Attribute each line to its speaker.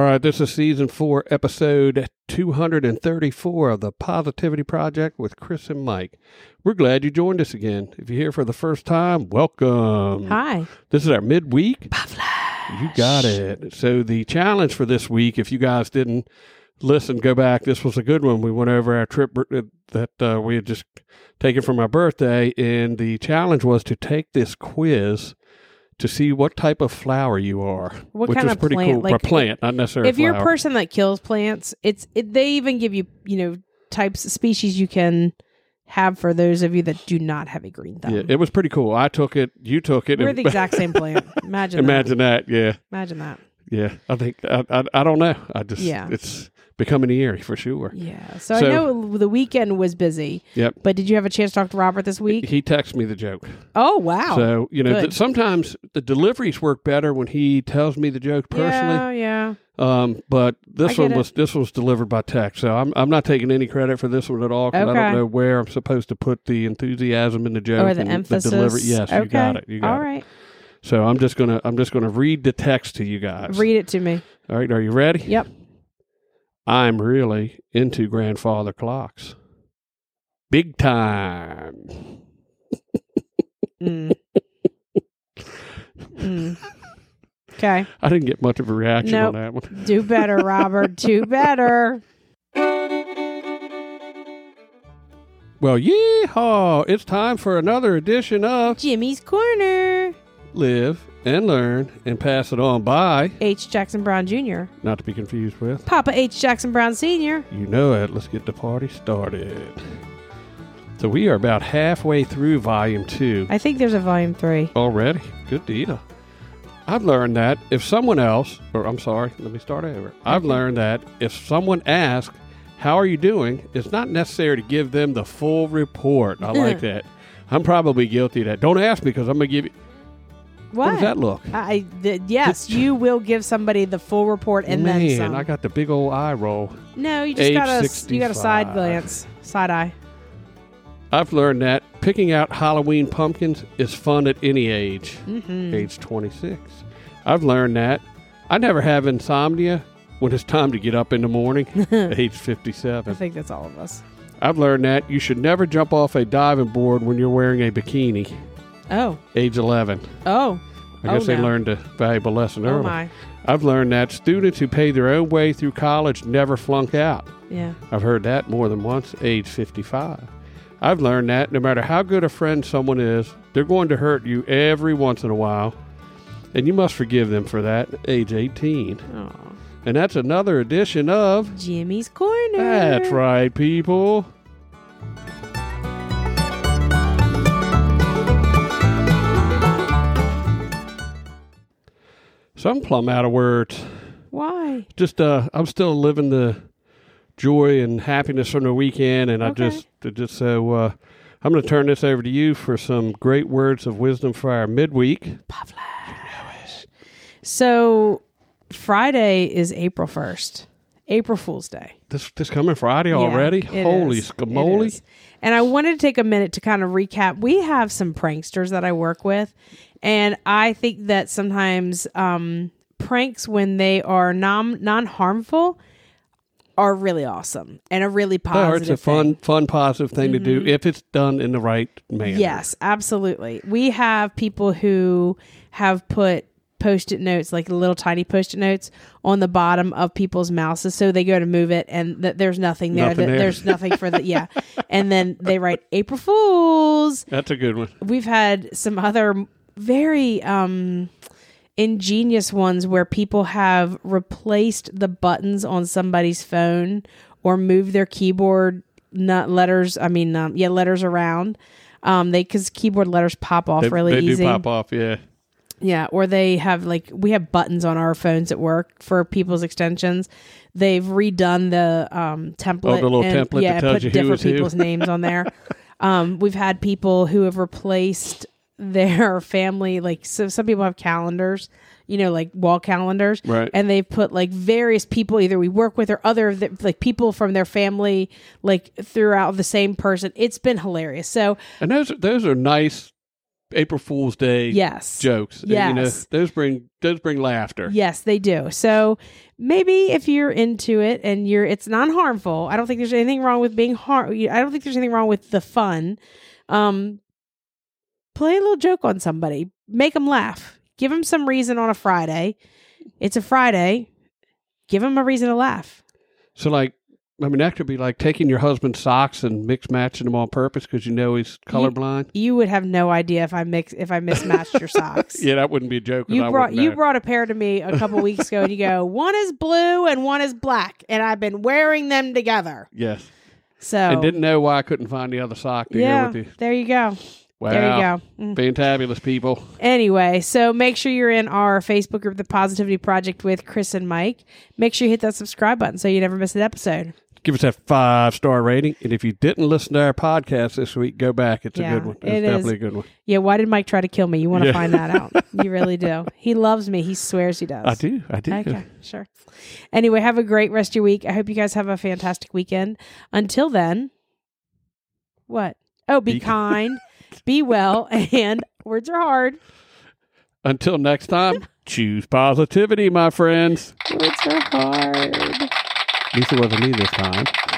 Speaker 1: right. This is season four, episode 234 of the Positivity Project with Chris and Mike. We're glad you joined us again. If you're here for the first time, welcome.
Speaker 2: Hi.
Speaker 1: This is our midweek. You got it. So, the challenge for this week, if you guys didn't listen, go back. This was a good one. We went over our trip that uh, we had just taken for my birthday, and the challenge was to take this quiz. To see what type of flower you are,
Speaker 2: What
Speaker 1: which
Speaker 2: kind
Speaker 1: was
Speaker 2: of
Speaker 1: pretty
Speaker 2: plant?
Speaker 1: cool.
Speaker 2: Like,
Speaker 1: a plant, not necessarily.
Speaker 2: if you're a
Speaker 1: flower.
Speaker 2: person that kills plants, it's it, they even give you you know types species you can have for those of you that do not have a green thumb.
Speaker 1: Yeah, it was pretty cool. I took it. You took it.
Speaker 2: We're
Speaker 1: and-
Speaker 2: the exact same plant. Imagine.
Speaker 1: imagine that. Yeah,
Speaker 2: That. Imagine that.
Speaker 1: yeah. I think I, I. I don't know. I just.
Speaker 2: Yeah.
Speaker 1: It's becoming eerie for sure.
Speaker 2: Yeah. So,
Speaker 1: So-
Speaker 2: I know the weekend was busy,
Speaker 1: Yep.
Speaker 2: but did you have a chance to talk to Robert this week?
Speaker 1: He texted me the joke.
Speaker 2: oh wow.
Speaker 1: so you know
Speaker 2: good.
Speaker 1: that sometimes the deliveries work better when he tells me the joke personally.
Speaker 2: Yeah, yeah.
Speaker 1: Um, but
Speaker 2: I
Speaker 1: this
Speaker 2: get
Speaker 1: one
Speaker 2: it.
Speaker 1: was this was delivered by text. So I'm I'm not taking any credit for this one at all 'cause I
Speaker 2: Okay.
Speaker 1: don't know where I'm supposed to put the enthusiasm in the joke
Speaker 2: Or the
Speaker 1: and
Speaker 2: emphasis.
Speaker 1: delivery. Yes,
Speaker 2: okay.
Speaker 1: you got it. You got
Speaker 2: All
Speaker 1: it.
Speaker 2: right.
Speaker 1: So I'm just gonna I'm just gonna read the text to you guys.
Speaker 2: Read it to me.
Speaker 1: All right, are you ready?
Speaker 2: Yep.
Speaker 1: I'm really into grandfather clocks. Big time.
Speaker 2: Mm. mm. Okay.
Speaker 1: I didn't get much of a reaction on
Speaker 2: Nope.
Speaker 1: that one.
Speaker 2: Do better, Robert. Do better.
Speaker 1: Well, yeehaw! It's time for another edition of
Speaker 2: Jimmy's Corner.
Speaker 1: Live and Learn and Pass It On by,
Speaker 2: H. Jackson Brown Jr.,
Speaker 1: not to be confused with.
Speaker 2: Papa H. Jackson Brown Sr.
Speaker 1: You know it. Let's get the party started. So we are about halfway through volume two.
Speaker 2: I think there's a volume three.
Speaker 1: Already? Good deal. I've learned that if someone else, or I'm sorry, let me start over. I've learned that if someone asks, How are you doing? it's not necessary to give them the full report. I like that. I'm probably guilty of that. Don't ask me because I'm going to give you.
Speaker 2: What?
Speaker 1: does that look?
Speaker 2: I, th- yes, you will give somebody the full report and
Speaker 1: Man,
Speaker 2: then some.
Speaker 1: I got the big old eye roll.
Speaker 2: no, you just
Speaker 1: Age
Speaker 2: got a you got a side
Speaker 1: 65.
Speaker 2: glance, side eye.
Speaker 1: I've learned that picking out Halloween pumpkins is fun at any age,
Speaker 2: Mm-hmm. Mm.
Speaker 1: age 26. I've learned that I never have insomnia when it's time to get up in the morning, age
Speaker 2: I
Speaker 1: 57.
Speaker 2: think that's all of us.
Speaker 1: I've learned that you should never jump off a diving board when you're wearing a bikini,
Speaker 2: Oh,
Speaker 1: age 11.
Speaker 2: oh,
Speaker 1: I
Speaker 2: Oh,
Speaker 1: guess they
Speaker 2: no.
Speaker 1: learned a valuable lesson
Speaker 2: oh
Speaker 1: early.
Speaker 2: my,
Speaker 1: I've learned that students who pay their own way through college never flunk out.
Speaker 2: yeah.
Speaker 1: I've heard that more than once, age 55. I've learned that no matter how good a friend someone is, they're going to hurt you every once in a while. And you must forgive them for that, age 18.
Speaker 2: Oh,
Speaker 1: And that's another edition of
Speaker 2: Jimmy's Corner.
Speaker 1: That's Right, People. So I'm plumb out of words
Speaker 2: Why?
Speaker 1: just uh I'm still living the joy and happiness from the weekend and I
Speaker 2: Okay.
Speaker 1: just just so uh I'm going to turn this over to you for some great words of wisdom for our midweek.
Speaker 2: So, Friday is April first, April Fool's Day.
Speaker 1: This this coming Friday already?
Speaker 2: Yeah, it
Speaker 1: Holy
Speaker 2: is. It
Speaker 1: scamoly.
Speaker 2: is. And I wanted to take a minute to kind of recap. We have some pranksters that I work with, and I think that sometimes um, pranks when they are non non harmful are really awesome and are really
Speaker 1: Oh, it's
Speaker 2: positive.
Speaker 1: a
Speaker 2: thing. Mm-hmm.
Speaker 1: fun fun positive thing to do if it's done in the right manner.
Speaker 2: Yes, absolutely. We have people who have put post-it notes, like little tiny post-it notes, on the bottom of people's mouses, so they go to move it, and th- there's nothing there.
Speaker 1: Nothing
Speaker 2: that-
Speaker 1: there.
Speaker 2: There's nothing for the yeah, and then they write April Fools.
Speaker 1: That's a good one.
Speaker 2: We've had some other very um, ingenious ones where people have replaced the buttons on somebody's phone or moved their keyboard not letters. I mean, um, yeah, letters around. Um, they because keyboard letters pop off
Speaker 1: They,
Speaker 2: really
Speaker 1: they
Speaker 2: easy.
Speaker 1: do pop off, yeah.
Speaker 2: Yeah, or they have like we have buttons on our phones at work for people's extensions. They've redone the um,
Speaker 1: Oh,
Speaker 2: template.
Speaker 1: the little
Speaker 2: and,
Speaker 1: template that
Speaker 2: yeah,
Speaker 1: tells
Speaker 2: put
Speaker 1: you who
Speaker 2: different
Speaker 1: is who.
Speaker 2: people's names on there. Um, we've had people who have replaced their family. Like so, some people have calendars. You know, like wall calendars,
Speaker 1: Right.
Speaker 2: And they've put like various people either we work with or other of the, like people from their family, like throughout the same person. It's been hilarious. So
Speaker 1: And those are, those are nice April Fool's Day
Speaker 2: yes,
Speaker 1: jokes. You know,
Speaker 2: Yes.
Speaker 1: those bring those bring laughter.
Speaker 2: Yes, they do. So maybe if you're into it and you're, it's not harmful. I don't think there's anything wrong with being harm. I don't think there's anything wrong with the fun. Um, play a little joke on somebody, make them laugh, give them some reason on a Friday. It's a Friday. Give them a reason to laugh.
Speaker 1: So like, I mean, that could be like taking your husband's socks and mix matching them on purpose because you know he's colorblind.
Speaker 2: You would have no idea if I mix if I mismatched your socks.
Speaker 1: yeah, that wouldn't be a joke. 'cause
Speaker 2: You
Speaker 1: I
Speaker 2: brought
Speaker 1: wouldn't
Speaker 2: you
Speaker 1: know.
Speaker 2: brought a pair to me a couple weeks ago, and you go, one is blue and one is black, and I've been wearing them together.
Speaker 1: Yes,
Speaker 2: So
Speaker 1: and didn't know why I couldn't find the other sock to
Speaker 2: Oh. yeah,
Speaker 1: go with you.
Speaker 2: there you go.
Speaker 1: Wow,
Speaker 2: There you go. Mm.
Speaker 1: fantabulous people.
Speaker 2: Anyway, so make sure you're in our Facebook group, The Positivity Project with Chris and Mike. Make sure you hit that subscribe button so you never miss an episode.
Speaker 1: Give us that five star rating, and if you didn't listen to our podcast this week, go back. It's a
Speaker 2: Yeah,
Speaker 1: good one. It's
Speaker 2: it is.
Speaker 1: definitely a good one.
Speaker 2: Yeah, why did Mike try to kill me? You want to
Speaker 1: Yeah.
Speaker 2: find that out. You really do. He loves me. He swears he does.
Speaker 1: I do. I do.
Speaker 2: Okay, sure. Anyway, have a great rest of your week. I hope you guys have a fantastic weekend. Until then, what? Oh, be
Speaker 1: Be-
Speaker 2: kind, be well, and words are hard.
Speaker 1: Until next time, choose positivity, my friends.
Speaker 2: Words are hard.
Speaker 1: Lisa wasn't me this time.